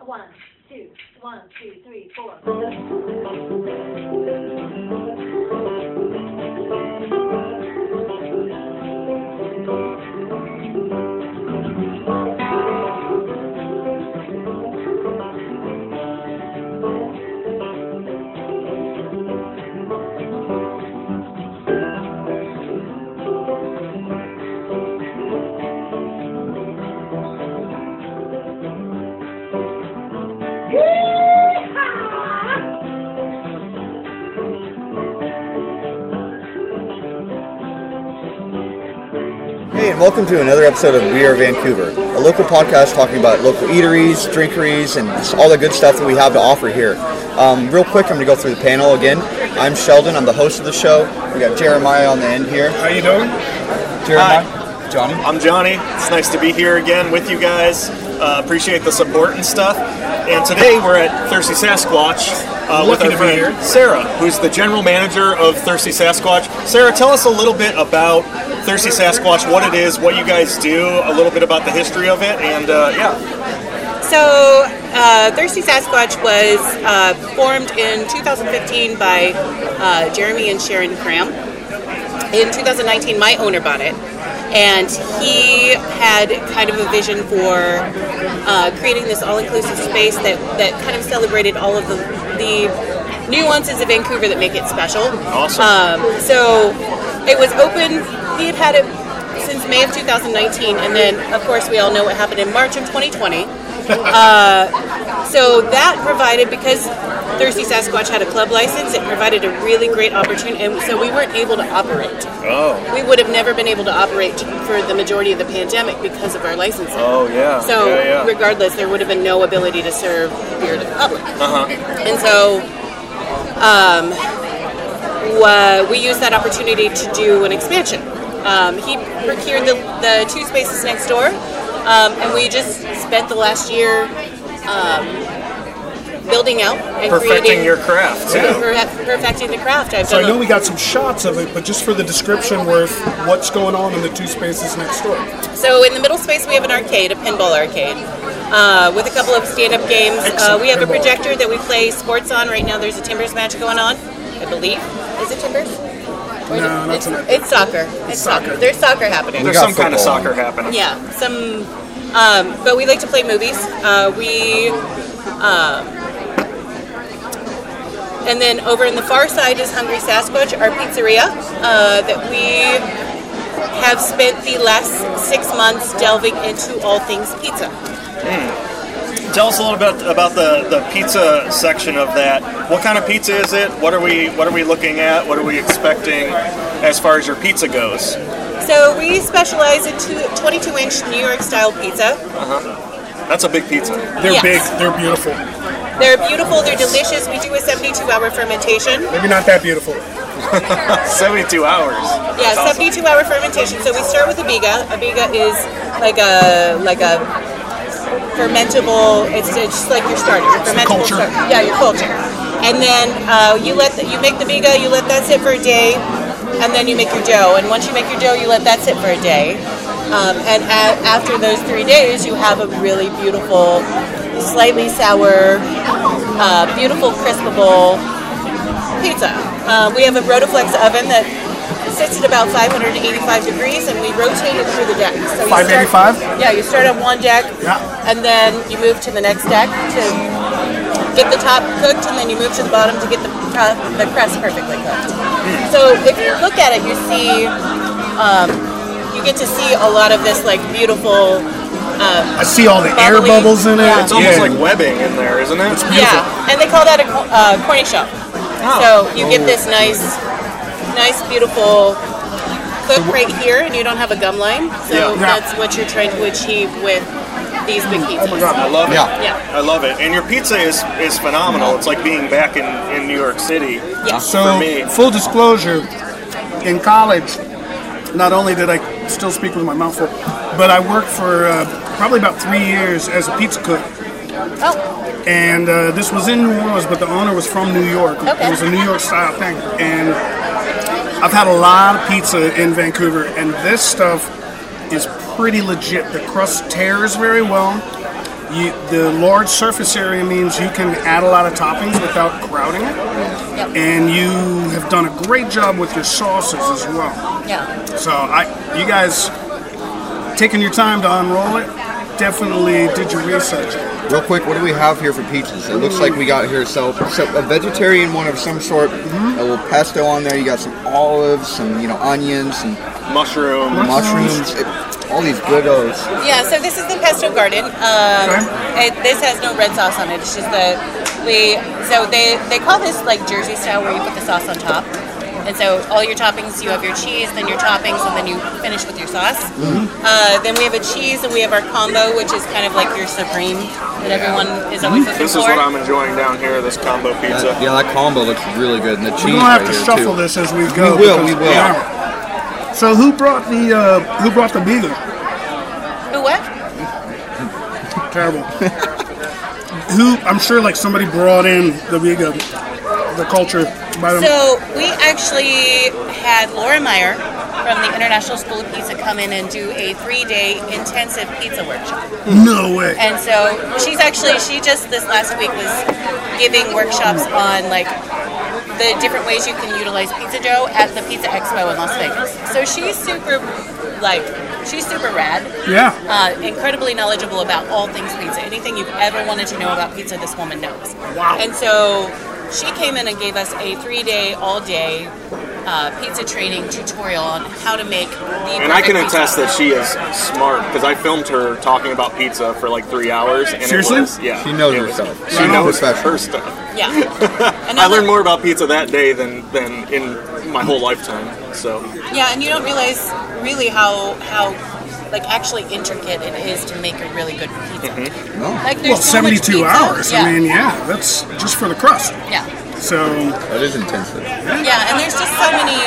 One, two, one, two, three, four. Hey, and welcome to another episode of We Are Vancouver, a local podcast talking about local eateries, drinkeries, and all the good stuff that we have to offer here. Um, real quick, I'm going to go through the panel again. I'm Sheldon. I'm the host of the show. We got Jeremiah on the end here. How you doing? Jeremiah, Johnny. I'm Johnny. It's nice to be here again with you guys. Uh, appreciate the support and stuff. And today we're at Thirsty Sasquatch uh, with Lucky our to be friend here. Sarah, who's the general manager of Thirsty Sasquatch. Sarah, tell us a little bit about Thirsty Sasquatch, what it is, what you guys do, a little bit about the history of it, and uh, yeah, So, uh, Thirsty Sasquatch was uh, formed in 2015 by uh, Jeremy and Sharon Cram. In 2019, my owner bought it, and he had kind of a vision for uh, creating this all-inclusive space that, that kind of celebrated all of the, the nuances of Vancouver that make it special. awesome. Um, so it was open. He had had it since May of 2019, and then of course we all know what happened in March of 2020. Uh, so that provided because Thirsty Sasquatch had a club license, it provided a really great opportunity, and so we weren't able to operate. oh, We would have never been able to operate for the majority of the pandemic because of our licensing. oh yeah. So yeah, yeah. regardless, there would have been no ability to serve beer to the public. uh-huh. And so, um, wha- we used that opportunity to do an expansion. Um, he procured the, the two spaces next door, um, and we just spent the last year um, building out and Perfecting creating your craft too. perfe- perfecting the craft. I've So I done know a- we got some shots of it, but just for the description worth what's going on in the two spaces next door. So in the middle space, we have an arcade, a pinball arcade, uh, with a couple of stand-up games. Uh, we have a projector that we play sports on. Right now, there's a Timbers match going on, I believe. Is it Timbers? Or is No, it, not it's, tonight. it's soccer. It's, soccer. soccer. There's soccer happening. There's got some kind of football. soccer happening. Yeah, some. Um, but we like to play movies. Uh, we. Um, and then over in the far side is Hungry Sasquatch, our pizzeria uh, that we have spent the last six months delving into all things pizza. Tell us a little bit about the, the pizza section of that. What kind of pizza is it? What are we what are we looking at? What are we expecting as far as your pizza goes? So we specialize in two, 22 inch New York style pizza. That's a big pizza. They're Yes. big, they're beautiful. They're beautiful, they're delicious. We do a 72 hour fermentation. Maybe not that beautiful. 72 hours. Yeah, 72 hour fermentation. So we start with a biga. A biga is like a like a fermentable. It's, it's just like your starter. your the fermentable culture. starter. Yeah, your culture. And then uh, you let the, you make the biga. You let that sit for a day, and then you make your dough. And once you make your dough, you let that sit for a day. Um, and a- after those three days, you have a really beautiful, slightly sour, uh, beautiful crispable pizza. Uh, we have a Rotoflex oven that sits at about 585 degrees, and we rotate it through the deck. So you start- 585? Yeah, you start on one deck, Yeah. and then you move to the next deck to get the top cooked, and then you move to the bottom to get the uh, the crust perfectly cooked. So if you look at it, you see. Um, you get to see a lot of this like beautiful I see all the air Bubbly. bubbles in it. Yeah. It's almost Yeah. like webbing in there, isn't it? Yeah, and they call that a co- uh, cornichon. So you get this nice, nice, beautiful cook right here, and you don't have a gum line. So Yeah. Yeah. that's what you're trying to achieve with these big pizzas. I love it. Yeah. Yeah. I love it. And your pizza is, is phenomenal. It's like being back in, in New York City. Yeah. So, For me. full disclosure, in college, not only did I still speak with my mouth full, but I worked for uh, probably about three years as a pizza cook. Oh, and uh, this was in New Orleans, but the owner was from New York. Okay. It was a New York style thing, and I've had a lot of pizza in Vancouver, and this stuff is pretty legit. The crust tears very well. You, the large surface area means you can add a lot of toppings without crowding it, Yep. and you have done a great job with your sauces as well. Yeah. So I, you guys, taking your time to unroll it, definitely did your research. Real quick, what do we have here for pizzas? It looks like we got here so, so a vegetarian one of some sort, a little pesto on there. You got some olives, some you know onions, some Mushroom. mushrooms, it- all these good o's. Yeah, so this is the pesto garden. Um, it, this has no red sauce on it. It's just the we. So they they call this like Jersey style, where you put the sauce on top. And so all your toppings, you have your cheese, then your toppings, and then you finish with your sauce. Mm-hmm. Uh, then we have a cheese, and we have our combo, which is kind of like your supreme that everyone is always Mm-hmm. looking This for. is what I'm enjoying down here. This combo pizza. yeah, that combo looks really good, and the cheese. We're gonna have to shuffle this as we go. We will, we because will. yeah. So who brought the uh, who brought the beaver? Who what? Terrible. Who I'm sure like somebody brought in the Riga, the culture by Um, the So we actually had Laura Meyer from the International School of Pizza come in and do a three-day intensive pizza workshop. no way. And so she's actually she just this last week was giving workshops on like the different ways you can utilize pizza dough at the Pizza Expo in Las Vegas. So she's super like she's super rad. Yeah. Uh, incredibly knowledgeable about all things pizza. Anything you've ever wanted to know about pizza, this woman knows. Wow. And so she came in and gave us a three-day, all-day uh, pizza training tutorial on how to make the. And I can perfect pizza. attest that she is smart because I filmed her talking about pizza for like three hours. And Seriously? It was, yeah. She knows It was- herself. She Wow. knows Professional. her stuff. Yeah. I Another- learned more about pizza that day than than in my whole lifetime. So Yeah, and you don't realize really how how like actually intricate it is to make a really good pizza. Like there's Oh. Well, so 72 much pizza. hours. Yeah. I mean, yeah, that's just for the crust. yeah, So That is intensive. yeah, and there's just so many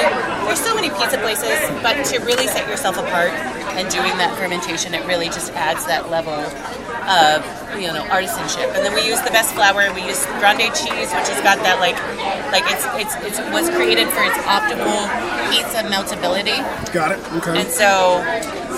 there's so many pizza places, but to really set yourself apart and doing that fermentation, it really just adds that level of you know artisanship. And then we use the best flour. We use grande cheese, which has got that like like it's it's it's was created for its optimal pizza meltability. got it. Okay. And so,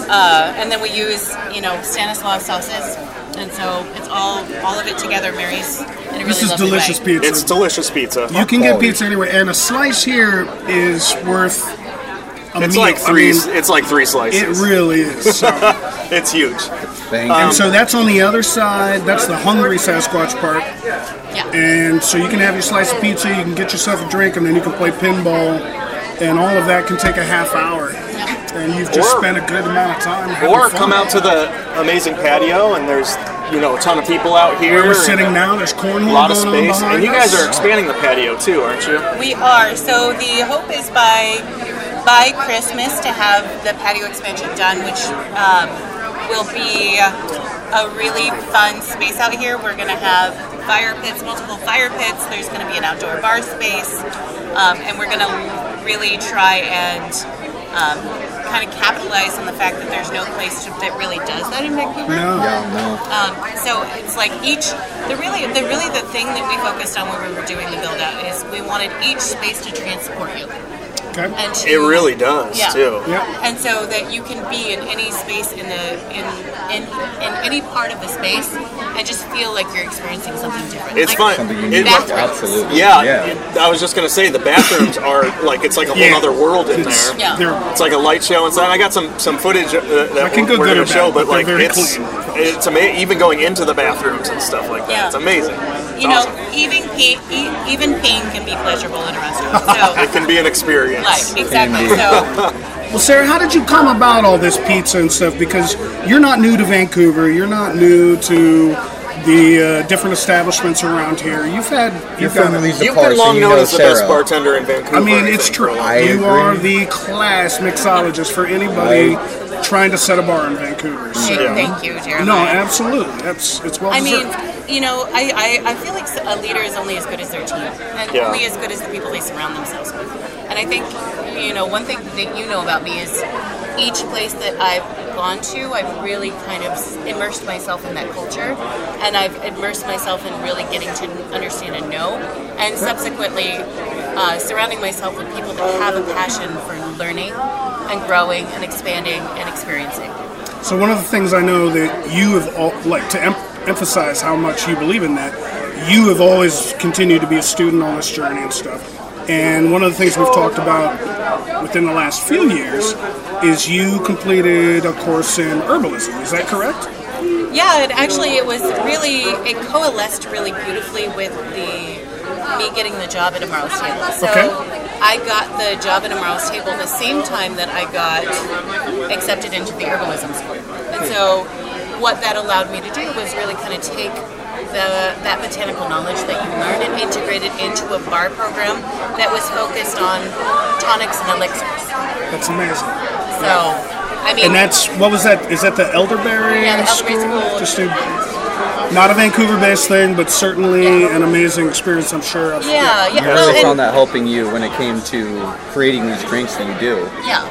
uh, and then we use, you know, Stanislav sauces. And so it's all, all of it together marries in a really This is lovely delicious way. pizza. it's delicious pizza. you can get quality. pizza anywhere, and a slice here is worth a It's meal. like three. um, I mean, it's like three it slices. really is. So. it's huge. Bang. Um, And so that's on the other side. That's the hungry Sasquatch part. Yeah. And so you can have your slice of pizza, you can get yourself a drink, and then you can play pinball, and all of that can take a half hour. And you've just Or- spent a good amount of time. having Or fun. come out to the amazing patio and there's you know a ton of people out here. Where we're and sitting now, there's cornhole A lot of going space, on behind and you guys us. are expanding the patio too, aren't you? We are. So the hope is by, by Christmas to have the patio expansion done, which um, will be a really fun space out here. We're going to have fire pits, multiple fire pits. There's going to be an outdoor bar space. Um, and we're going to really try and kind of capitalize on the fact that there's no place to, that really does that in Vancouver. yeah, Um, so it's like each the really the really the thing that we focused on when we were doing the build out is we wanted each space to transport you Okay. and to, It really does Yeah. too. Yeah. and so that you can be in any space in the in in, in any part of the space and just feel like you're experiencing something different. It's like, fun. no, something It- unique. bathrooms. Absolutely. Yeah, yeah. it- I was just gonna say the bathrooms are like it's like a whole Yeah. other world in there. Yeah. They're- It's like a light show inside. I got some some footage uh, that I can we're, go we're good gonna or bad, show, but but they're like very it's clean. it's amazing. Even going into the bathrooms and stuff like that, Yeah. it's amazing. It's you know, awesome. even pain, e- even pain can be pleasurable in a restaurant. it So, can be an experience. like exactly. So Well, Sarah, how did you come about all this pizza and stuff? Because you're not new to Vancouver. You're not new to the uh, different establishments around here. You've had Your you've got family leaves the You've park, been so long you known know as the best Sarah. bartender in Vancouver. I mean, think. it's true. I you agree. are the class mixologist for anybody trying to set a bar in Vancouver. So. Thank- Thank you, Jeremiah. No, absolutely. That's it's well I mean, deserved. you know, I, I, I feel like a leader is only as good as their team, and Yeah. only as good as the people they surround themselves with. And I think, you know, one thing that you know about me is each place that I've gone to, I've really kind of immersed myself in that culture, and I've immersed myself in really getting to understand and know, and subsequently uh, surrounding myself with people that have a passion for learning and growing and expanding and experiencing. so one of the things I know that you have all, like to em- emphasize how much you believe in that. You have always continued to be a student on this journey and stuff. And one of the things we've talked about within the last few years is you completed a course in herbalism. Is that correct? Yeah, and actually, it was really it coalesced really beautifully with the me getting the job at Amaro's Table. So Okay. I got the job at Amaro's Table the same time that I got accepted into the herbalism school, and so what that allowed me to do was really kind of take. The, that botanical knowledge that you learned and integrate it into a bar program that was focused on tonics and elixirs. That's amazing. So, I mean, And that's what was that? Is that the elderberry? Yeah, the elderberry school. Just a, not a Vancouver-based thing, but certainly an amazing experience. I'm sure. Of. yeah, yeah. I well, really and- found that helping you when it came to creating these drinks that you do. Yeah.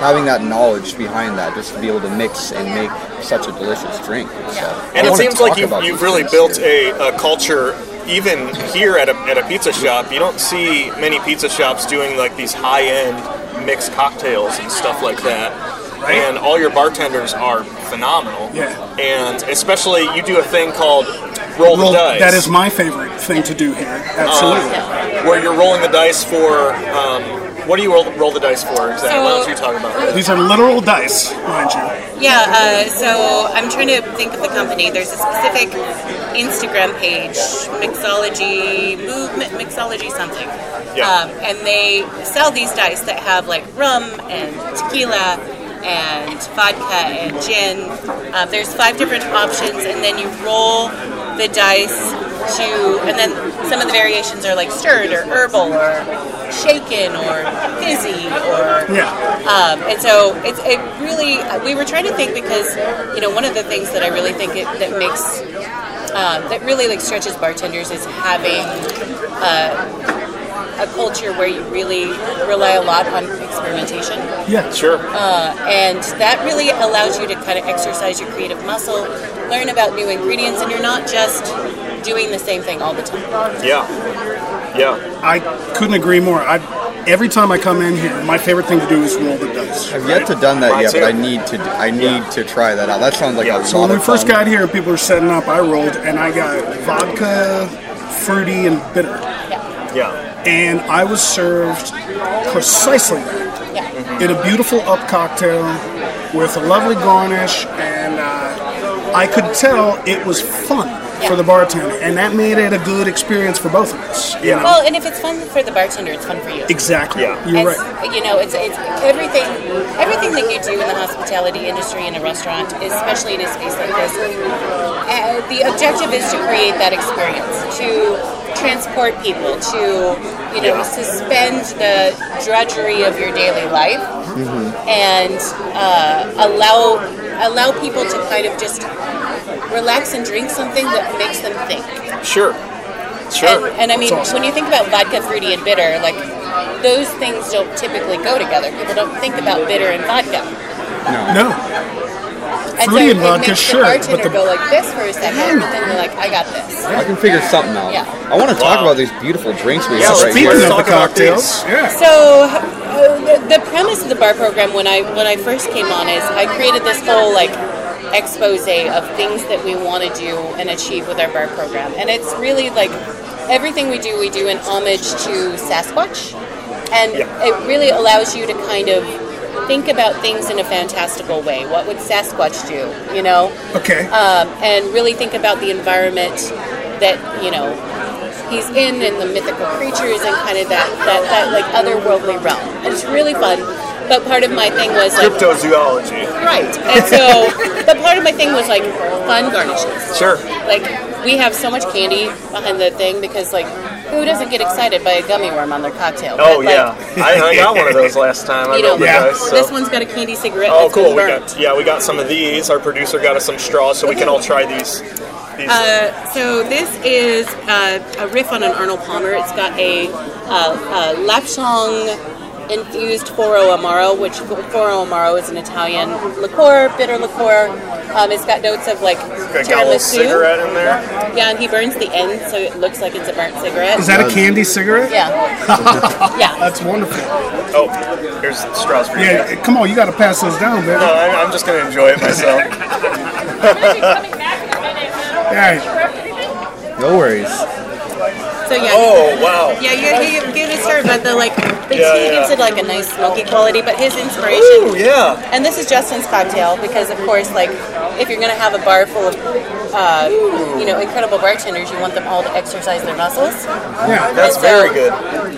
Having that knowledge behind that, just to be able to mix and make such a delicious drink. So, I And it wanna seems like talk you've, about you've these really things built here. a, a culture, even here at a, at a pizza shop. You don't see many pizza shops doing like these high end mixed cocktails and stuff like that. And all your bartenders are phenomenal. Yeah. And especially, you do a thing called roll, Roll- the dice. that is my favorite thing to do here. Absolutely. Oh, where you're rolling the dice for. Um, what do you roll, roll the dice for exactly? So- what else are you talking about? These are literal dice, mind you. Yeah, uh, so I'm trying to think of the company. There's a specific Instagram page, Mixology Movement, Mixology something. Yeah. Um, and they sell these dice that have like rum and tequila and vodka and gin. Uh, there's five different options, and then you roll the dice to, and then some of the variations are like stirred or herbal or shaken or fizzy or Yeah. um, and so it's it really we were trying to think because you know one of the things that I really think it, that makes uh, that really like stretches bartenders is having uh, a culture where you really rely a lot on experimentation Yeah. Sure. and that really allows you to kind of exercise your creative muscle, learn about new ingredients, and you're not just doing the same thing all the time. yeah. Yeah. I couldn't agree more. I every time I come in here, my favorite thing to do is roll the dice. I've yet to done that Mine yet, but too. I need to. do- I need to try that out. That sounds like Yeah. a So lot when we of first fun. got here, and people were setting up. I rolled, and I got vodka, fruity, and bitter. Yeah. and I was served precisely that Yeah. in a beautiful up cocktail with a lovely garnish, and uh, I could tell it was fun for the bartender, and that made it a good experience for both of us. you know? Well, and if it's fun for the bartender, it's fun for you. exactly. Yeah. You're As- right. You know, it's, it's everything. Everything that you do in the hospitality industry in a restaurant, especially in a space like this, uh, the objective is to create that experience, to transport people, to you know, Yeah. suspend the drudgery of your daily life, Mm-hmm. and uh, allow allow people to kind of just relax and drink something that makes them think. Sure. Sure. And, and I mean, That's awesome. when you think about vodka, fruity, and bitter, like those things don't typically go together. People don't think about bitter and vodka. No, And Fruity so and it vodka, makes sure, the but bartender the- go like this for a second, and then they're like, I got this. I can figure something out. Yeah. I want to talk Wow. about these beautiful drinks we Yeah, Oh, have right speaking here. let's of the talk about cocktails, these. yeah, So uh, the, the premise of the bar program when I when I first came on is I created this whole like expose of things that we want to do and achieve with our bar program, and it's really like everything we do we do in homage to Sasquatch, and Yeah. it really allows you to kind of think about things in a fantastical way. What would Sasquatch do? You know, okay. um, and really think about the environment that you know he's in and the mythical creatures and kind of that that, that like otherworldly realm. And it's really fun. But part of my thing was like Cryptozoology. right, and so but part of my thing was like fun garnishes. Sure. Like we have so much candy behind the thing because like who doesn't get excited by a gummy worm on their cocktail? Oh But, like, yeah, I, I got one of those last time. I You know, rolled the Yeah. dice, so- this one's got a candy cigarette. Oh, that's cool. been We burnt. got yeah, we got some of these. Our producer got us some straws, so we can all try these. these. So this is uh, a riff on an Arnold Palmer. It's got a, uh, a Lapchung infused Foro Amaro, which Foro Amaro is an Italian liqueur, bitter liqueur. Um, it's got notes of like Okay, got a little tiramisu. cigarette in there. Yeah, and he burns the end, so it looks like it's a burnt cigarette. Is that a candy cigarette? yeah. yeah. That's wonderful. Oh, here's straws for you. Uh, Yeah, eh, come on, you got to pass those down, No, man. I, I'm just gonna enjoy it myself. Yeah, No worries. So yeah. Oh wow. Yeah, you're gonna give, give it a start, but the like the Yeah, tea yeah. gives it like a nice smoky quality. But his inspiration, Ooh, yeah. and this is Justin's cocktail because of course, like if you're gonna have a bar full of uh, you know incredible bartenders, you want them all to exercise their muscles. yeah. That's So- very good.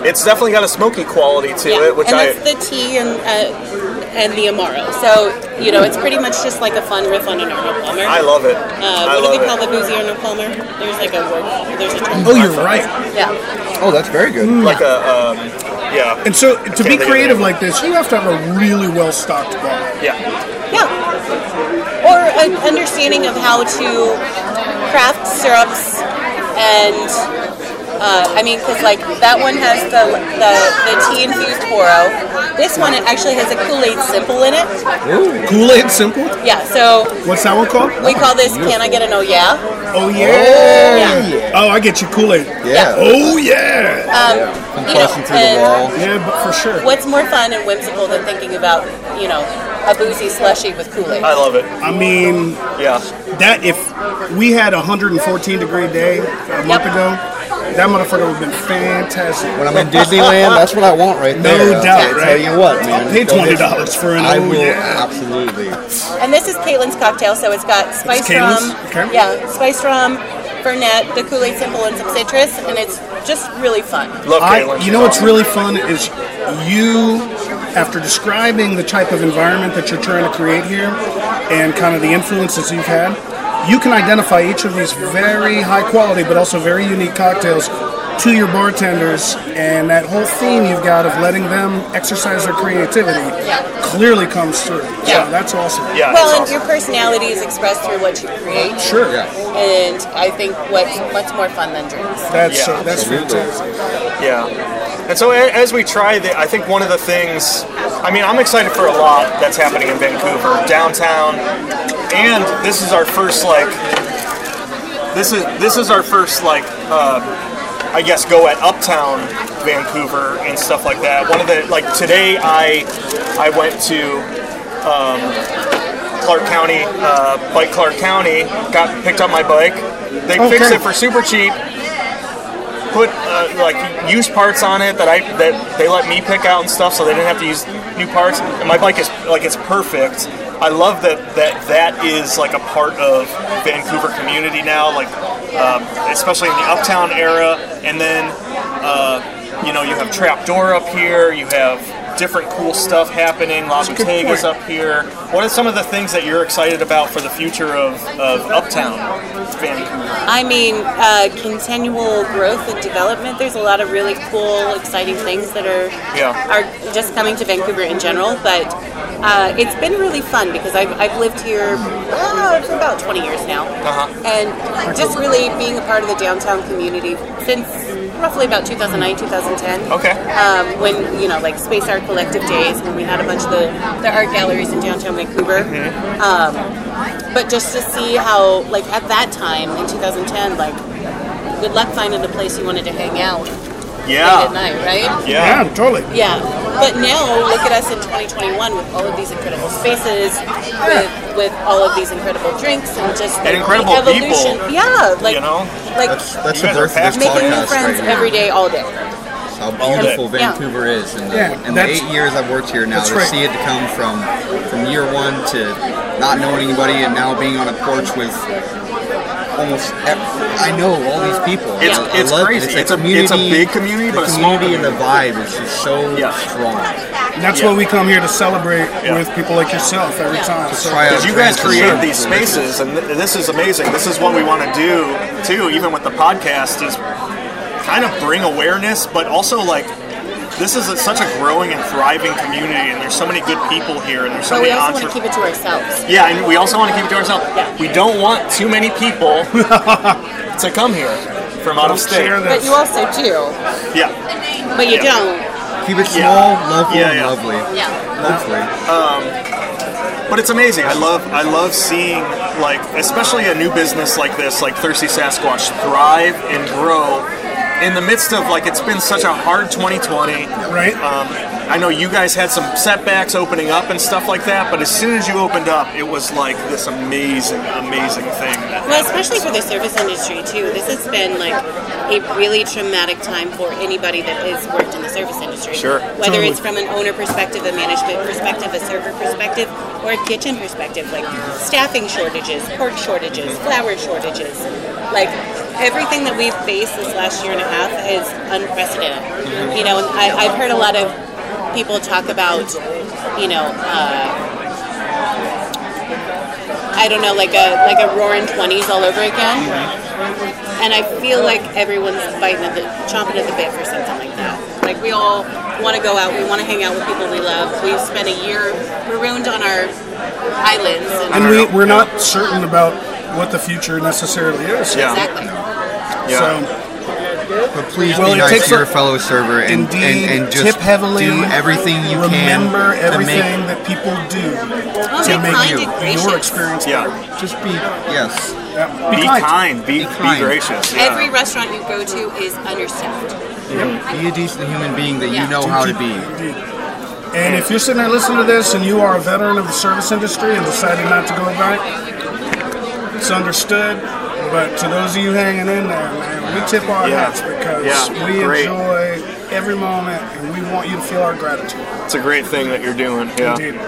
It's definitely got a smoky quality to it, which and I that's the tea and uh, and the amaro. So you know, it's pretty much just like a fun riff on an Arnold Palmer. I love it. uh, I what do they call love the boozy Arnold Palmer? There's like a word. There's a term. Oh, you're right. Yeah. Oh, that's very good. Mm. it. Like a um, yeah, And so to be think of creative it. like this, you have to have a really well stocked bar. yeah. Yeah. Or an understanding of how to craft syrups and uh, I mean, because like that one has the the, the tea infused poro. This one it actually has a Kool Aid simple in it. Kool Aid Simple. Yeah. So What's that one called? we call this "Can I get an oh yeah?" Oh Oh, yeah. Oh, I get you Kool Aid. Yeah. Oh yeah. Um, you know, Busting through the uh, and wall. Yeah, but for sure. What's more fun and whimsical than thinking about you know a boozy slushy with Kool Aid? I love it. I mean, Yeah. that if we had a 114 degree day a month Yep. ago, that motherfucker would have been fantastic. When I'm in Disneyland, that's what I want right No there. doubt, I right? tell you what, man. I'll pay go twenty get- dollars for an I oh will yeah. absolutely. And this is Caitlin's cocktail, so it's got spice Caitlin's? rum, Okay. yeah, spice rum, Fernet, the Kool Aid simple, and some citrus, and it's just really fun. Love I, Caitlin. you know what's really fun is you, after describing the type of environment that you're trying to create here, and kind of the influences you've had, you can identify each of these very high quality but also very unique cocktails to your bartenders, and that whole theme you've got of letting them exercise their creativity clearly comes through. Yeah. So that's awesome. Yeah. well, it's and awesome. your personality is expressed through what you create, Sure. and I think what's much more fun than drinks. That's Yeah, uh, that's fantastic. Yeah. And so a- as we try, the, I think one of the things, I mean, I'm excited for a lot that's happening in Vancouver, downtown, and this is our first like, this is this is our first like, uh, I guess, go at uptown Vancouver and stuff like that. One of the like today, I I went to um, Clark County, uh, Bike Clark County, got picked up my bike. They fixed Okay. it for super cheap. Put uh, like used parts on it that I that they let me pick out and stuff, so they didn't have to use new parts. And my bike is like it's perfect. I love that that that is like a part of Vancouver community now, like um, especially in the uptown era. And then uh, you know you have Trapdoor up here, you have different cool stuff happening. La a good Bottega point. up here. What are some of the things that you're excited about for the future of, of Uptown Vancouver? I mean, uh, continual growth and development. There's a lot of really cool, exciting things that are Yeah. are just coming to Vancouver in general. But uh, it's been really fun because I've, I've lived here uh, for about 20 years now, Uh-huh. and just really being a part of the downtown community since roughly about 2009, 2010 Okay. um, when you know like space art collective days when we had a bunch of the, the art galleries in downtown vancouver Mm-hmm. um, but just to see how like at that time in 2010 like good luck finding a place you wanted to hang out late Yeah. at night right Yeah. yeah totally. yeah but now look at us in 2021 with all of these incredible spaces with, with all of these incredible drinks and just like, incredible the evolution people, yeah like you know? like That's that's You the birth guys are of this fast. making new podcast friends right now. every day all day How beautiful Yeah. Vancouver is, and the, Yeah, in the that's- eight years I've worked here now, that's to right. see it to come from from year one to not knowing anybody, and now being on a porch with almost ev- I know all these people. It's- I- I it's love it. crazy. It's a It's a- it's a community- big community, the but a small community and the vibe is just so Yeah. strong. And that's Yeah. what we come here to celebrate Yeah. with people like yourself every time. So Try out Because you guys drinks and create these stuff. spaces, and th- this is amazing. This is what we want to do too, even with the podcast, is kind of bring awareness, but also like this is a, such a growing and thriving community, and there's so many good people here, and there's so but we many also want entrepreneurs. to keep it to ourselves Yeah, and we also want to keep it to ourselves. We don't want too many people to come here from out of state. share but this. you also do Yeah. But you don't. Keep it Yeah. small, local, Yeah, and yeah. lovely. Yeah. Hopefully, But it's amazing. I love I love seeing like especially a new business like this, like Thirsty Sasquatch, thrive and grow in the midst of like it's been such a hard 2020. right? Um, I know you guys had some setbacks opening up and stuff like that, but as soon as you opened up, it was like this amazing, amazing thing. That Well, especially for the service industry too. This has been like a really traumatic time for anybody that has worked in the service industry. Sure. Whether it's from an owner perspective, a management perspective, a server perspective, or a kitchen perspective, like staffing shortages, pork shortages, flour shortages, like everything that we've faced this last year and a half is unprecedented. Mm-hmm. You know, and I, I've heard a lot of people talk about, you know. Uh, I don't know, like a like a roaring twenties all over again. And I feel like everyone's fighting at the chomping at the bit for something like that. Like we all want to go out, we want to hang out with people we love. We've spent a year marooned on our islands. And And we, we're not certain about what the future necessarily is. Yeah. Exactly. So, But please Well, it be nice takes to your a- fellow server and, indeed, and, and just tip heavily. do everything you remember can. Remember to everything Make, that people do be to make kind you, and your gracious. experience better. yeah. just be yes. Yeah. Be kind. Be, be, kind. gracious. Yeah. Every restaurant you go to is understaffed. Be a decent human being that Yeah. you know how to be. And if you're sitting there listening to this and you are a veteran of the service industry and decided not to go back, it's understood. But to those of you hanging in there, man, we tip our Yeah. hats because Yeah. we Great. enjoy every moment and we want you to feel our gratitude. It's a great thing that you're doing. Yeah. Indeed.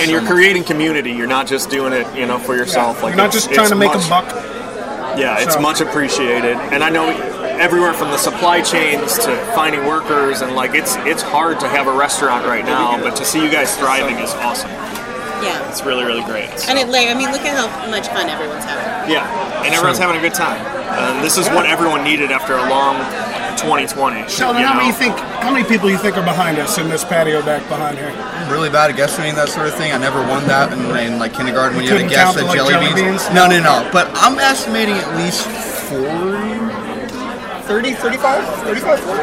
And you're creating community. You're not just doing it, you know, for yourself. Like We're not it's- just trying it's to make much- a buck. Yeah, it's So- much appreciated, and I know everywhere from the supply chains to finding workers, and like it's it's hard to have a restaurant right now, but to see you guys thriving is awesome. Yeah. It's really really great. It's- And it like I mean, look at how much fun everyone's having. yeah, and everyone's having a good time. And this is what everyone needed after a long 2020. Sheldon, you how many know? you think? How many people you think are behind us in this patio back behind here? I'm really bad at guesstimating that sort of thing. I never won that in, in like kindergarten when you, had to couldn't guess count at the, like, jelly, jelly beans. beans? No, no, no. But I'm estimating at least 40, 30, 35, 35, 40.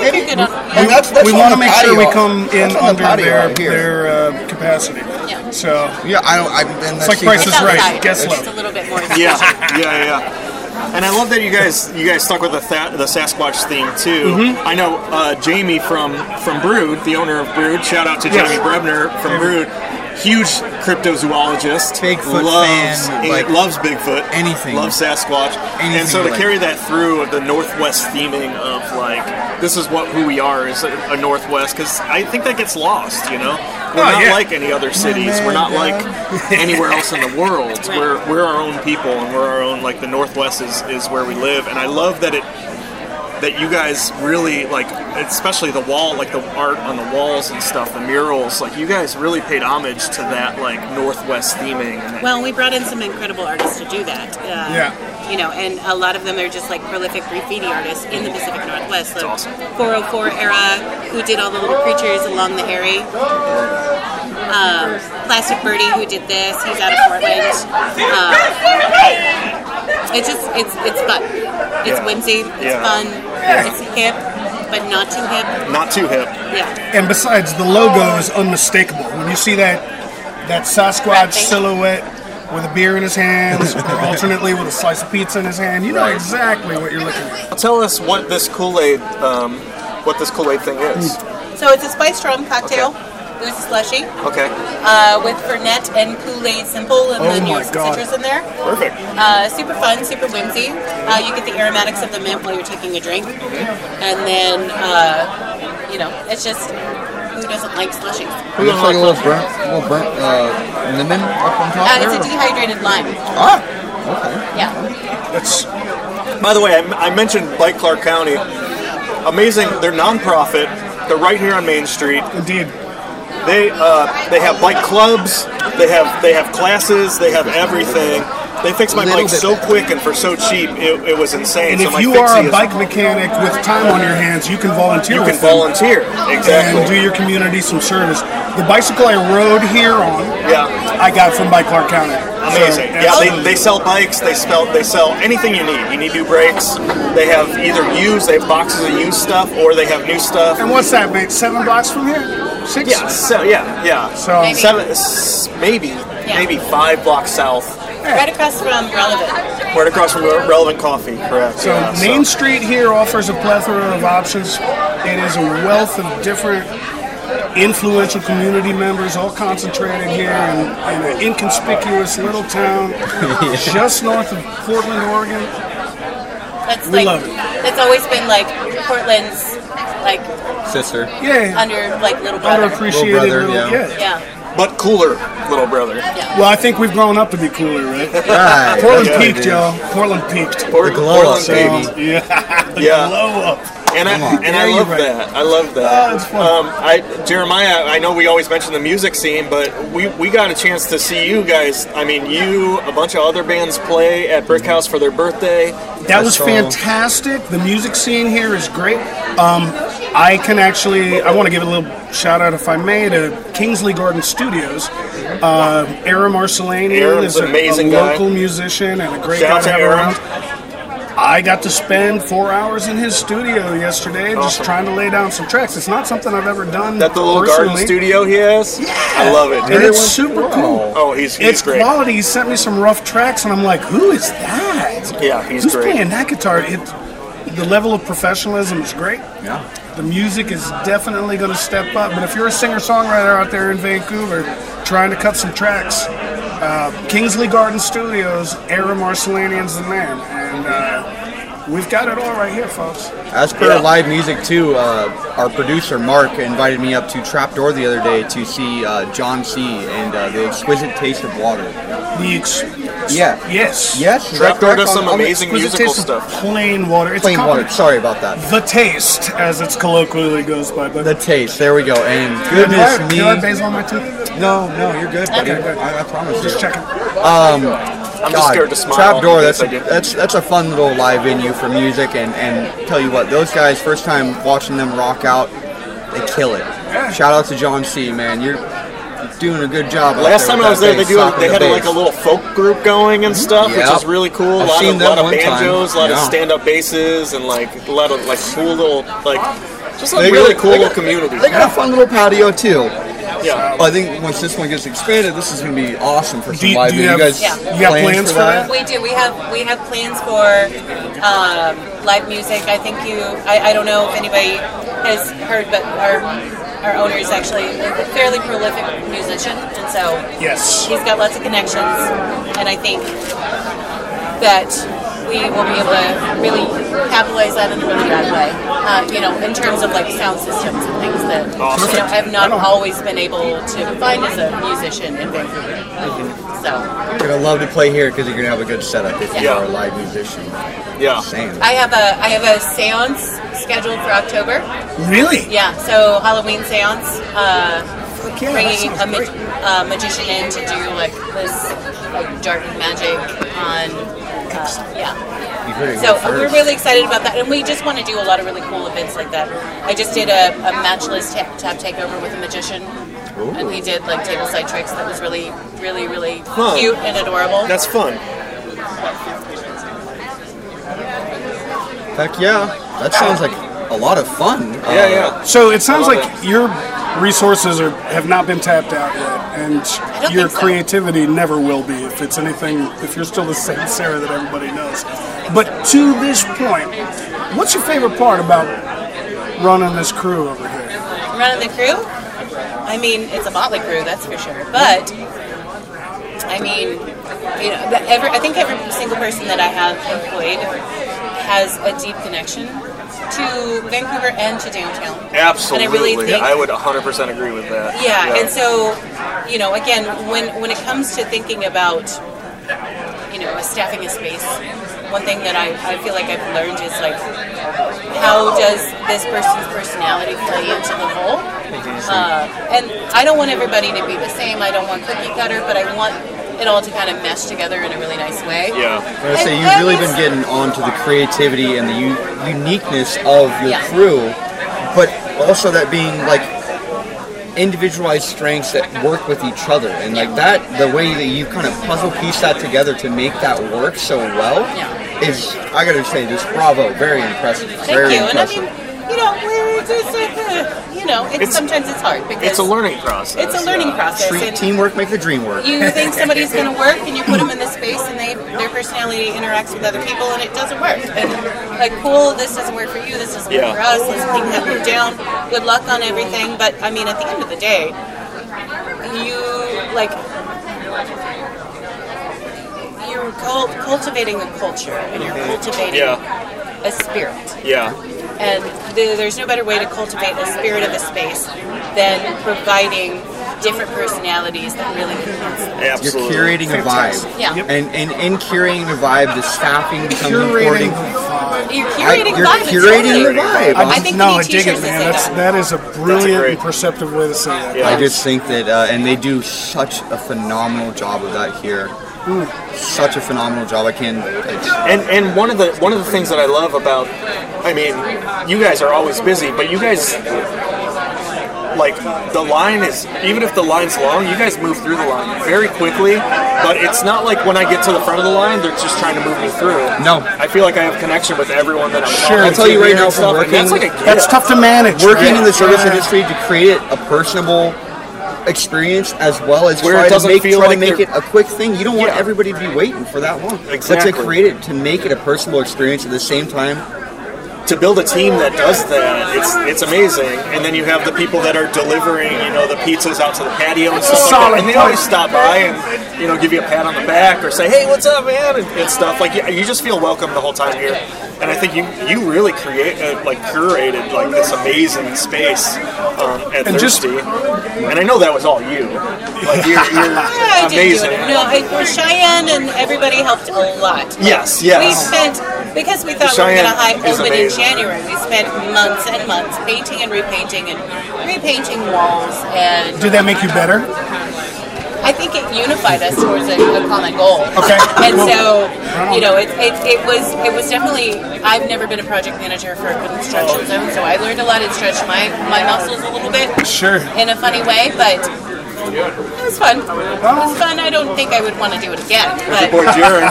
Maybe. Good on- And that's, that's we on want to the make patio. sure we come in That's on the under patio their, out here. their uh, capacity. Yeah. So Yeah, I don't. I, and it's like Price is Right. Guess It's low. a little bit more. yeah, yeah, yeah. And I love that you guys you guys stuck with the tha- the Sasquatch theme too. Mm-hmm. I know uh, Jamie from from Brood, the owner of Brood. Shout out to Yes. Jamie Brebner from Brood. Huge cryptozoologist, Bigfoot loves fan, and like loves Bigfoot, anything. loves Sasquatch, and Anything so you to like. carry that through of the Northwest theming of like this is what who we are is a, a Northwest because I think that gets lost. You know, we're Oh, not yeah. like any other cities. We're not like anywhere else in the world. We're we're our own people, and we're our own. Like the Northwest is is where we live, and I love that it that you guys really like, especially the wall, like the art on the walls and stuff, the murals. Like you guys really paid homage to that like Northwest theming. And that, Well, we brought in some incredible artists to do that. Uh, Yeah. You know, and a lot of them are just like prolific graffiti artists in the Pacific Northwest. Like Mm-hmm. awesome. 404 era, who did all the little creatures along the Harry. Um, Plastic Birdie, who did this. He's out of Portland. Uh, it's just, it's it's fun. It's Yeah. whimsy. It's Yeah. fun. It's hip, but not too hip. not too hip. Yeah. And besides, the logo is unmistakable. When you see that that Sasquatch silhouette with a beer in his hands, or alternately with a slice of pizza in his hand, you know exactly what you're looking at. Tell us what this Kool Aid, um, what this Kool Aid thing is. So it's a spiced rum cocktail. It was slushy. Okay, uh, with Fernet and Kool-Aid Simple, and Oh then my there's some God. citrus in there. perfect. Uh, super fun, super whimsy. Uh, you get the aromatics of the mint while you're taking a drink, and then uh, you know it's just who doesn't like slushies? It looks like a little burnt, little burnt uh, lemon up on top Uh, there. it's a dehydrated lime. ah, okay. Yeah, That's By the way, I, I mentioned Lake Clark County. Amazing, they're nonprofit. They're right here on Main Street. indeed. They uh, they have bike clubs. They have they have classes. They have everything. They fix my Little bike bit. so quick and for so cheap. It, it was insane. And so if my you fixie are a is- bike mechanic with time on your hands, you can volunteer you with can them volunteer. and do Exactly. your community some service. The bicycle I rode here on, Yeah. I got from Bike Clark County. So, Amazing. Yeah, they, absolutely. they sell bikes. They sell they sell anything you need. You need new brakes. They have either used. They have boxes of used stuff, or they have new stuff. And what's that, mate? Seven blocks from here? Six? Yeah, so yeah, yeah. So- Maybe. seven, s- maybe, maybe five blocks south. Right across from Relevant. Right across from Re- Relevant Coffee, correct. So yeah, so- Main Street here offers a plethora of options. It is a wealth of different influential community members, all concentrated here in, in an inconspicuous little town just north of Portland, Oregon. That's We like love it. that's always been like Portland's like Sister. Yeah, under like little brother. underappreciated Little brother, little, yeah. yeah. yeah. but cooler, little brother. Well, I think we've grown up to be cooler, right? Right. Portland that's what it peaked, is. y'all. Portland peaked. Port- glow Portland up, Baby. baby. Um, Yeah, the Yeah. glow up. And I, on. and I Yeah, you're love right. that. I love that. Oh, it's fun. Um, I Jeremiah, I know we always mention the music scene, but we, we got a chance to see you guys. I mean, you, a bunch of other bands play at Brick House for their birthday. That was saw- fantastic. The music scene here is great. Um, I can actually, I want to give a little shout out, if I may, to Kingsley Garden Studios. Uh, Aaron Marcelanian is Aaron's a, an amazing a guy. local musician and a great Shout guy to out to have Aaron. around. I got to spend four hours in his studio yesterday just Awesome. trying to lay down some tracks. It's not something I've ever done. That the little garden personally. studio he has. Yeah. I love it. And dude. it's super cool. Oh, he's, he's It's great. quality. He sent me some rough tracks, and I'm like, who is that? Yeah, he's Who's great. playing that guitar? It, the level of professionalism is great. Yeah. The music is definitely going to step up. But if you're a singer songwriter out there in Vancouver trying to cut some tracks, uh, Kingsley Garden Studios, Aaron Marcelanian's the man. And uh, we've got it all right here, folks. As per Yeah. live music too, uh, our producer Mark invited me up to Trapdoor the other day to see uh, John C. and uh, the Exquisite Taste of Water. The ex- Yeah. Yes. Yes, is that Trapdoor correct does on- some on the amazing Exquisite musical Taste of stuff. Plain water. It's Plain called water. Sorry about that. The taste, as it's colloquially goes by, but The taste. There we go. And Do I goodness have- me. Do I have basil on my tooth? No, no, you're good, buddy. Okay, good. I, I promise. Just you. checking. I'm just scared to smile. Trapdoor, Yes, that's I do. that's that's a fun little live venue for music, and and tell you what, those guys, first time watching them rock out, they kill it. Shout out to John C. Man, you're doing a good job. out Last there time with I was that there, they bass, do. slapping They the had like bass. Mm-hmm. a little folk group going and stuff, Yep. which is really cool. A I've lot seen of that lot of one time. banjos, a lot of Yeah. stand-up basses, and like a lot of like cool little like just a They really got- cool they little got- community. They got a fun little patio too. Yeah. I think once this one gets expanded, this is going to be awesome for some Do you- live. do you music. have- guys Yeah. you got plans for that? We do. We have we have plans for um, live music. I think you. I, I don't know if anybody has heard, but our our owner is actually a fairly prolific musician, and so Yes. he's got lots of connections, and I think that we will be able to really capitalize that in a really bad way. Uh, you know, in terms of like sound systems and things that you know have not always been able to find as a musician in Vancouver. So. You're going to love to play here because you're going to have a good setup if you Yeah. are a live musician. Yeah. Same. I have a I have a séance scheduled for October. Really? Yeah, so Halloween séance, uh, Fuck yeah, that bringing sounds a ma- great. uh, magician in to do like this like dark magic on. Uh, yeah, You heard it so uh, here we're first. really excited about that, and we just want to do a lot of really cool events like that. I just did a, a matchless tap, tap takeover with a magician, and we did like table side tricks that was really, really, really Huh. cute and adorable. That's fun. Heck yeah. That sounds like a lot of fun. Uh, Yeah, yeah. So it sounds I like love your resources are have not been tapped out yet, and don't your think so. creativity never will be if it's anything. If you're still the same Sarah that everybody knows, but to this point, what's your favorite part about running this crew over here? running the crew? I mean, it's a motley crew, that's for sure. But I mean, you know, the- every I think every single person that I have employed has a deep connection to Vancouver and to downtown. Absolutely. And I really think I would 100% agree with that. yeah, and so you know, again, when when it comes to thinking about you know staffing a space, one thing that I, I feel like I've learned is like how does this person's personality play into the whole? Uh, and I don't want everybody to be the same. I don't want cookie cutter, but I want it all to kind of mesh together in a really nice way. yeah. I say you've And- really been getting onto the creativity and the u- uniqueness of your Yeah. crew, but also that being like individualized strengths that work with each other and like that the way that you kind of puzzle piece that together to make that work so well Yeah. is I gotta say just bravo very impressive Thank very you. And I impressive mean, you know, we're just, uh, you know, it's, It's- sometimes it's hard because It's a learning process. it's a learning yeah. process. Treat and teamwork, make the dream work. you think somebody's going to work, and you put them in this space, and they their personality interacts with other people, and it doesn't work. And like, cool, this doesn't work for you. This doesn't Yeah. work for us. This thing that we're down. Good luck on everything. But I mean, at the end of the day, you like you're cul- cultivating a culture, and you're cultivating Mm-hmm. Yeah. a spirit. Yeah. And th- there's no better way to cultivate the spirit of a space than providing different personalities that really You're Absolutely. curating a Fantastic. vibe. Yeah. Yep. And, and in curating the vibe, the staffing becomes Curating important. You're curating you're vibe. curating the totally. vibe. I, I think no, we I need dig t-shirts it, man. that say That's that. that is a brilliant great. and perceptive way to say that. Yeah. I just think that, uh, and they do such a phenomenal job of that here. Such a phenomenal job. I can. It's, And and one of the one of the things that I love about, I mean, you guys are always busy, but you guys, like the line is even if the line's long, you guys move through the line very quickly. But it's not like when I get to the front of the line, they're just trying to move me through. No. I feel like I have connection with everyone that I'm. Sure. I'll tell you right now, from working, that's like working- a gift. That's tough to manage. working right? in the service Yeah. industry to create a personable experience as well as Where it try to doesn't make feel try like to make they're- it a quick thing. You don't want Yeah. everybody to be waiting for that long. Exactly. But to create it to make it a personable experience at the same time. to build a team that does that, it's it's amazing. And then you have the people that are delivering, you know, the pizzas out to the patio and stuff. like solid that. And they point. always stop by and you know give you a pat on the back or say, "Hey, what's up, man?" and, and stuff. Like you, you just feel welcome the whole time here. And I think you you really create uh, like curated like this amazing space um, at And just- Thirsty. and I know that was all you. Like you're, Yeah, I you're did do amazing. it. No, I, well, Cheyenne and everybody helped a lot. Yes, We yes. spent because we thought we were Cheyenne going to high is open in amazing. January. We spent months and months painting and repainting and repainting walls, and Did that make you better? I think it unified us towards a, a common goal. Okay. And so, you know, it, it, it was it was definitely. I've never been a project manager for a construction zone, so I learned a lot. It stretched my my muscles a little bit Sure. in a funny way, but it was fun. It Oh. was fun. I don't think I would want to do it again, Boy, but. Jared.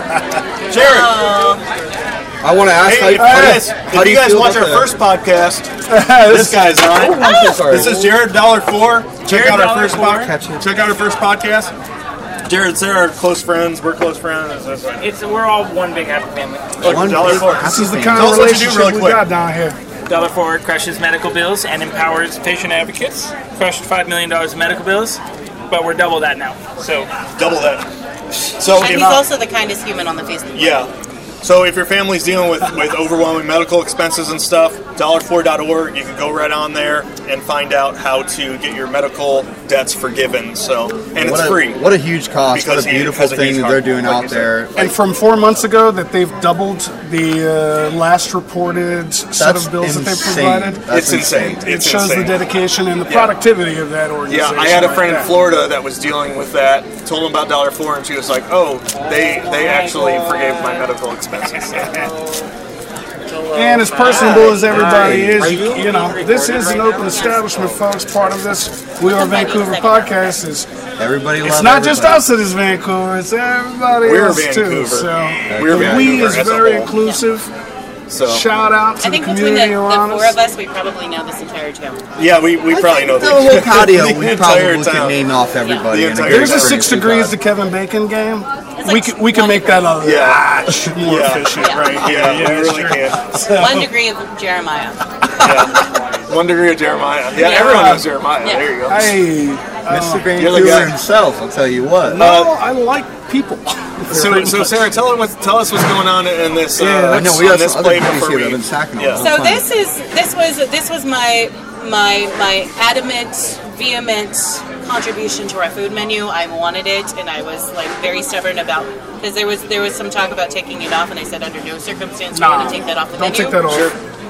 Jared. I want to ask Hey, if you how, how, guys, how if do you you guys feel watch our about the- first podcast, This this guy's on. Oh, I'm so sorry. This is Jared Dollar Four. Check Jared out our Dollar first Four. Catch podcast. it. Check out our first podcast. Jared and Sarah are close friends. We're close friends. That's right. It's we're all one big happy family. Look, One Dollar big Four. happy This is the Tell kind us of what you do relationship really we quick. got down here. Dollar Forward crushes medical bills and empowers patient advocates. Crushed five million dollars in medical bills, but we're double that now. So Double that. So And if- he's also the kindest human on the face of the planet. yeah. So if your family's dealing with, with overwhelming medical expenses and stuff, dollar4.org, you can go right on there and find out how to get your medical debts forgiven. So what and it's a, free. What a huge cost! what Because a he beautiful has a huge thing that heart, they're doing like you out said. there. And from four months ago, that they've doubled the uh, last reported set That's of bills that they insane. provided. That's It's insane. it It's shows insane. the dedication and the productivity of that Yeah, organization. I had a right friend in there. Florida that was dealing with that. Told him about Dollar Four, and she was like, "Oh, they they actually forgave my medical expenses." And as personable as everybody is, you, you know, this is an open establishment, folks. Part of this We Are Vancouver podcast is Everybody loves it's not just us that is Vancouver; it's everybody We're else too. Vancouver. So We're the we Vancouver is as a very whole. inclusive. So Shout out to I think the between community the, the around four us. of us, we probably know this entire town. yeah, we, we probably know The whole patio, the we entire probably could town. name off everybody. The in entire good There's a six experience we've degrees got. to Kevin Bacon game. It's we like can, we can one make that a Yeah. lot more Yeah. efficient, right? Yeah, here. we really can. So- One degree of Jeremiah. One degree of Jeremiah. Yeah, everyone knows Jeremiah. There you go. Hey, Oh. Mr. You're the guy. Vancouver himself. I'll tell you Uh, what. no, I like people. So, so Sarah, tell her what, tell us what's going on in this. Uh, Yeah, I know, we have on this some other play companies here before we. that have been stacking on yeah. us. So Fine. this is this was this was my my my adamant, vehement contribution to our food menu. I wanted it, and I was like very stubborn about because there was there was some talk about taking it off, and I said under no circumstance we're going to take that off the Don't menu. take that off.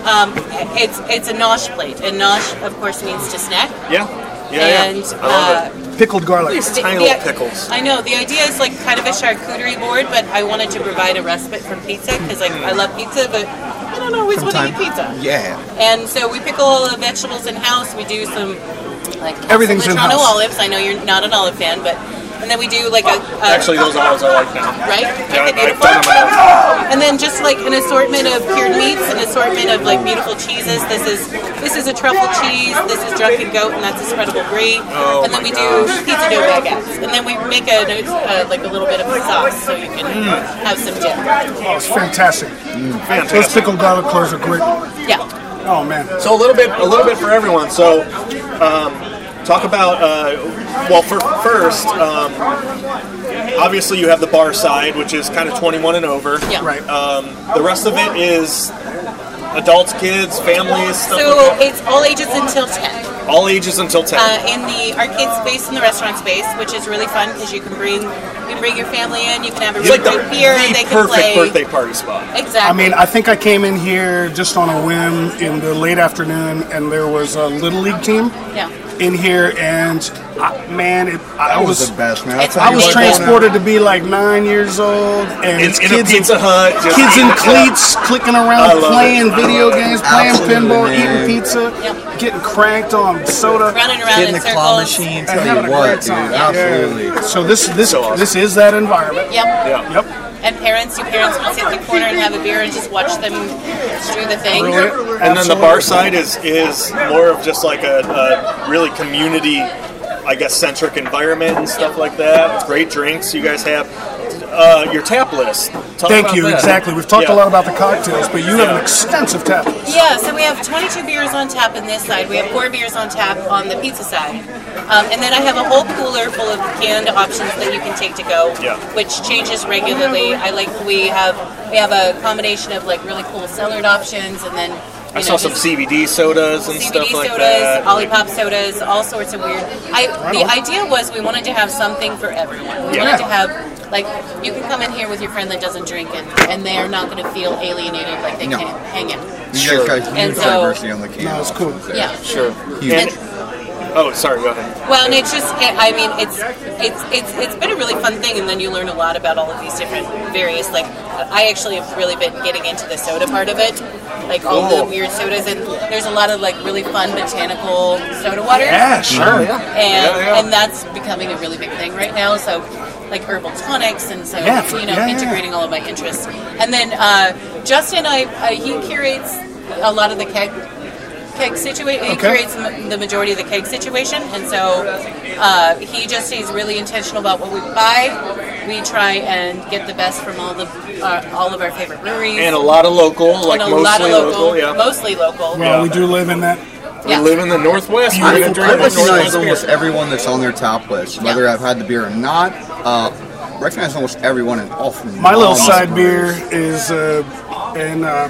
Um, it's it's a nosh plate, and nosh of course means to snack. yeah, yeah, and yeah. I love it. uh, Pickled garlic. Oh, These tiny little pickles. I know. The idea is like kind of a charcuterie board, but I wanted to provide a respite from pizza because like I love pizza, but I don't always want to eat Sometime- pizza. Yeah. And so we pickle all the vegetables in house. We do some like Everything's some in-house. Toronto olives. I know you're not an olive fan, but and then we do like a, a Actually, those olives I like now. right Yeah, Aren't I- I they beautiful? found them and then just like an assortment of cured meats, an assortment of like beautiful cheeses. This is this is a truffle cheese. This is drunken goat, and that's a spreadable brie. Oh, and then my we do pizza dough baguettes, and then we make a uh, like a little bit of a sauce so you can Mm. have some dip. Oh, it's fantastic. Those Fantastic. pickled garlic cloves are great. Yeah. Oh man. So a little bit, a little bit for everyone. So, um, talk about. Uh, well, for first, um, obviously you have the bar side, which is kind of 21 and over. Yeah. Right. Uh, The rest of it is adults, kids, families, stuff like So it's all ages until 10. that. all ages until 10. Uh, in the arcade space and the restaurant space, which is really fun because you can bring you can bring your family in, you can have a it's really like the, great beer, the and they can perfect play. birthday party spot. Exactly. I mean, I think I came in here just on a whim in the late afternoon, and there was a little league team Yeah. in here, and I, man, it, I That was, was the best, man. I, tell I you was what, transported to be like nine years old, and In, in a kids Pizza Hut, just kids in eating stuff. cleats clicking I around love playing it. I video love it. games playing Absolutely, pinball man. eating pizza Yep. getting cranked on soda running around Get in in the circles. claw machine. and Tell having you a what, great dude. time. Absolutely. Yeah. so this this So awesome. this is that environment Yep. Yeah. yep And parents, your parents can sit in the corner and have a beer and just watch them do the thing. Brilliant. And then the bar side is is more of just like a, a really community, I guess, centric environment and stuff like that. It's great drinks you guys have. Uh, your tap list. Talk thank about you that. exactly we've talked Yeah. a lot about the cocktails but you have Yeah. an extensive tap list Yeah, so we have 22 beers on tap on this side. We have four beers on tap on the pizza side. Um, and then I have a whole cooler full of canned options that you can take to go, Yeah. which changes regularly. I like we have we have a combination of like really cool celered options, and then you I know, saw some just- CBD sodas and CBD stuff like sodas, that. Olipop sodas, all sorts of weird. I the idea was we wanted to have something for everyone. We Yeah. wanted to have like you can come in here with your friend that doesn't drink and, and they are not going to feel alienated like they No. can't hang in. You guys got And huge so- diversity on the campus. No, it's cool. Yeah. Sure. Huge. Oh, sorry. Go ahead. Well, and it's just I mean it's it's it's it's been a really fun thing, and then you learn a lot about all of these different various like I actually have really been getting into the soda part of it. Like all Cool. the weird sodas, and there's a lot of like really fun botanical soda waters. yeah sure and Yeah, yeah. and that's becoming a really big thing right now. So like herbal tonics, and so Yeah, for- you know yeah, yeah. integrating all of my interests. And then uh, Justin, I uh, he curates a lot of the keg keg situation. He Okay. curates m- the majority of the keg situation, and so uh, he just is really intentional about what we buy. We try and get the best from all the uh, all of our favorite breweries. And a lot of local, like And a mostly lot of local, yeah. mostly local. well we do live in that yeah. We live in the Northwest. We're I, gonna drink I the recognize Northwest almost beer. everyone that's on their top list, whether I've had the beer or not. Uh, recognize almost everyone and all from My phenomenal little side beer brewers. is uh, an, uh,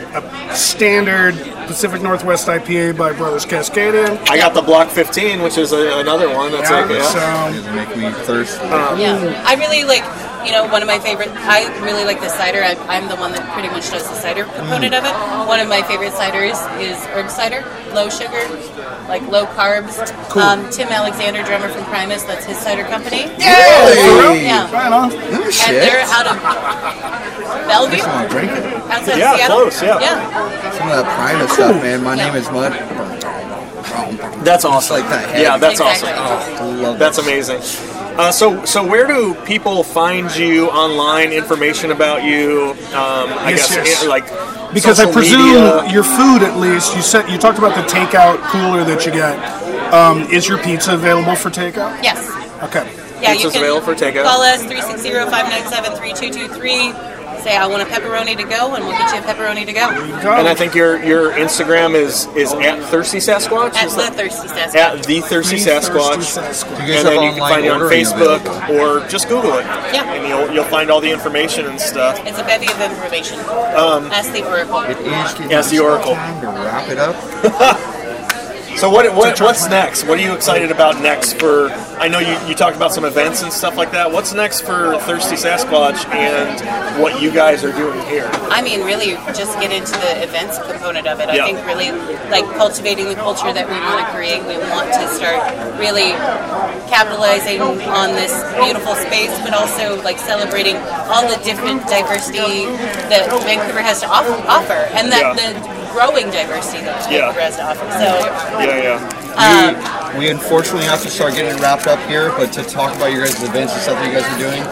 a standard Pacific Northwest IPA by Brothers Cascadian. I got the Block 15, which is a, another one. That's like yeah. So, It'll make me thirsty. uh, Yeah, I really like. You know, one of my favorite. I really like the cider. I, I'm the one that pretty much does the cider component of it. One of my favorite ciders is herb cider, low sugar, like low carbs. Cool. Um, Tim Alexander, drummer from Primus, that's his cider company. Hey! Yeah, right on. No and shit. they're out of Bellevue, Just want to drink it. outside of Yeah, Seattle. close, yeah. yeah. Some of that prime stuff, man. My name is Mud. That's It's like that. head. Yeah, that's Exactly. awesome. Love That's it. amazing. Uh, so, so where do people find you online? Information about you? Um, I Yes, guess yes. eh, like Because I social presume media. your food, at least you said you talked about the takeout cooler that you got. Um, is your pizza available for takeout? Yes. Okay. Yeah, you Pizza's can available for takeout. Call us 360-597-3223. Say I want a pepperoni to go, and we'll get you a pepperoni to go and I think your your Instagram is is at thirsty sasquatch. at Is the that- Thirsty Sasquatch. at the thirsty sasquatch. You guys And have then you can online find it on ordering Facebook available. or just Google it. Yeah. And you'll, you'll find all the information and stuff. It's a bevy of information. Um, Ask the Oracle. Is getting Yes, the Oracle. Time to wrap it up. So what, what what's next? What are you excited about next for? I know you, you talked about some events and stuff like that. What's next for Thirsty Sasquatch and what you guys are doing here? I mean, really, just get into the events component of it. I Yeah. think really, like cultivating the culture that we want to create. We want to start really capitalizing on this beautiful space, but also like celebrating all the different diversity that Vancouver has to off- offer, and that Yeah. the growing diversity that Yeah. Vancouver has to offer. So Yeah, yeah. Um, We, we unfortunately have to start getting it wrapped up here, but to talk about your guys' events and stuff that you guys are doing,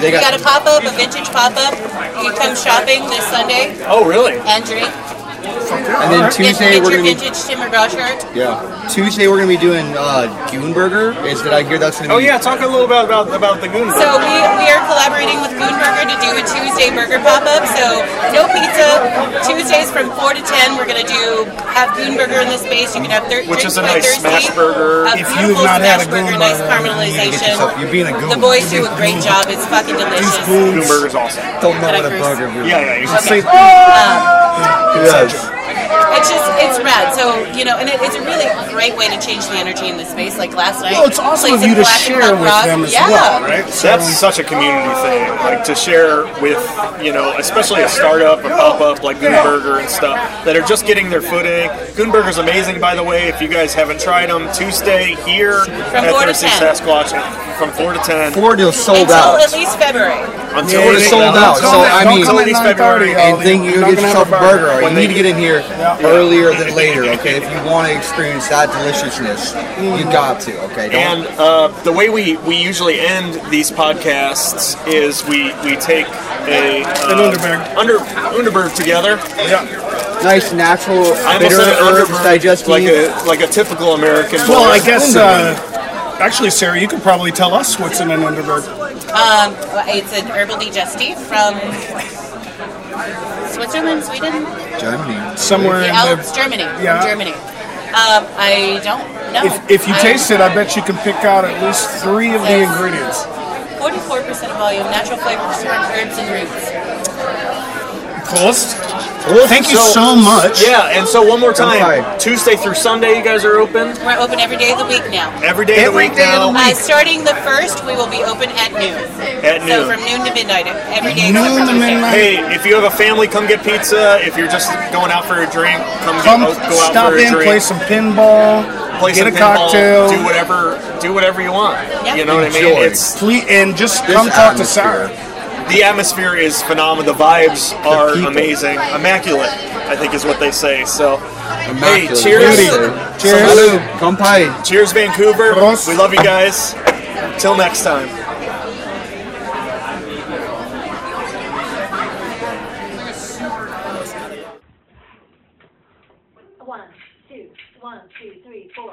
they We got got. a pop up, a vintage pop up. You can come shopping this Sunday Oh, really? and drink. and then Get, Tuesday get we're your gonna be. vintage Tim McGraw shirt. Yeah. Tuesday we're gonna be doing uh, Goonburger. Is did I hear that's gonna Oh be? yeah, talk a little bit about about the Goon. So we, we are collaborating with Goonburger to do a Tuesday burger pop-up. So no pizza. Tuesdays from 4 to 10, we're going to do have Goonburger in the space. You can have thir- Which is drinks a by nice Thursday. smash burger. A If beautiful you've not had smash a burger, Goon nice burger, you need to caramelization. get yourself- you're being a Goon. The boys You're do a being great Goon. job. It's fucking delicious. Goon burger's awesome. Don't know what a Goonburgers. burger. is. Yeah, yeah, you Just say- yes. Um, It's just, it's rad. So, you know, and it, it's a really great way to change the energy in the space. Like last night. Well, it's awesome played of some you to Black and share Punk with rock. them as yeah. well, right? That's such a community thing, like to share with you know, especially a startup, a pop up like Goonburger and stuff that are just getting their footing. Goonburger's amazing, by the way. If you guys haven't tried them, Tuesday here at four to Thirsty 10. Sasquatch at- from four to ten Four deals sold Until out. at least February. until Yeah, it's sold out. Until So, next- I mean- until at least February. and then you get yourself a burger. You When they- need to get in here earlier than later, okay? If you want to experience that deliciousness, you got to, okay? Don't- Mm-hmm. And uh, the way we, we usually end these podcasts is we, we take a An uh, Underberg. under Underberg together. nice, natural, I almost bitter said an herbs, Underberg, digestive. like a like a typical American. Well, I beer. guess, uh, actually, Sarah, you could probably tell us what's in an Underberg. Um, it's an herbal digestif from Switzerland, Sweden, Germany. Somewhere the in Alps, there. Germany, Yeah. Germany. Um, I don't know. If, if you taste it, I bet you can pick out at least three of the Yes. ingredients. forty-four percent volume, natural flavors, herbs and roots. Prost. Well, Thank you so much. Yeah, and so one more time, Okay. Tuesday through Sunday, you guys are open We're open every day of the week now. every day Every of the week day of now the Uh, starting the first, we will be open at noon. at So noon. from noon to midnight every day. except Noon for to Tuesday. midnight. Hey, if you have a family, come get pizza. If you're just going out for a drink, come, Come get, go out stop for a in, drink. play some pinball, play get some a pinball, cocktail, do whatever, do whatever you want. Yeah. You know what I mean? Enjoy. It's ple- and just This come talk to atmosphere. Sarah. the atmosphere is phenomenal. The vibes are people. amazing, immaculate. I think is what they say. So, hey, Immaculate. cheers, Beauty. cheers, Salud. Kampai. cheers, Vancouver. Prost. We love you guys. Till next time. One, two, one, two, three, four.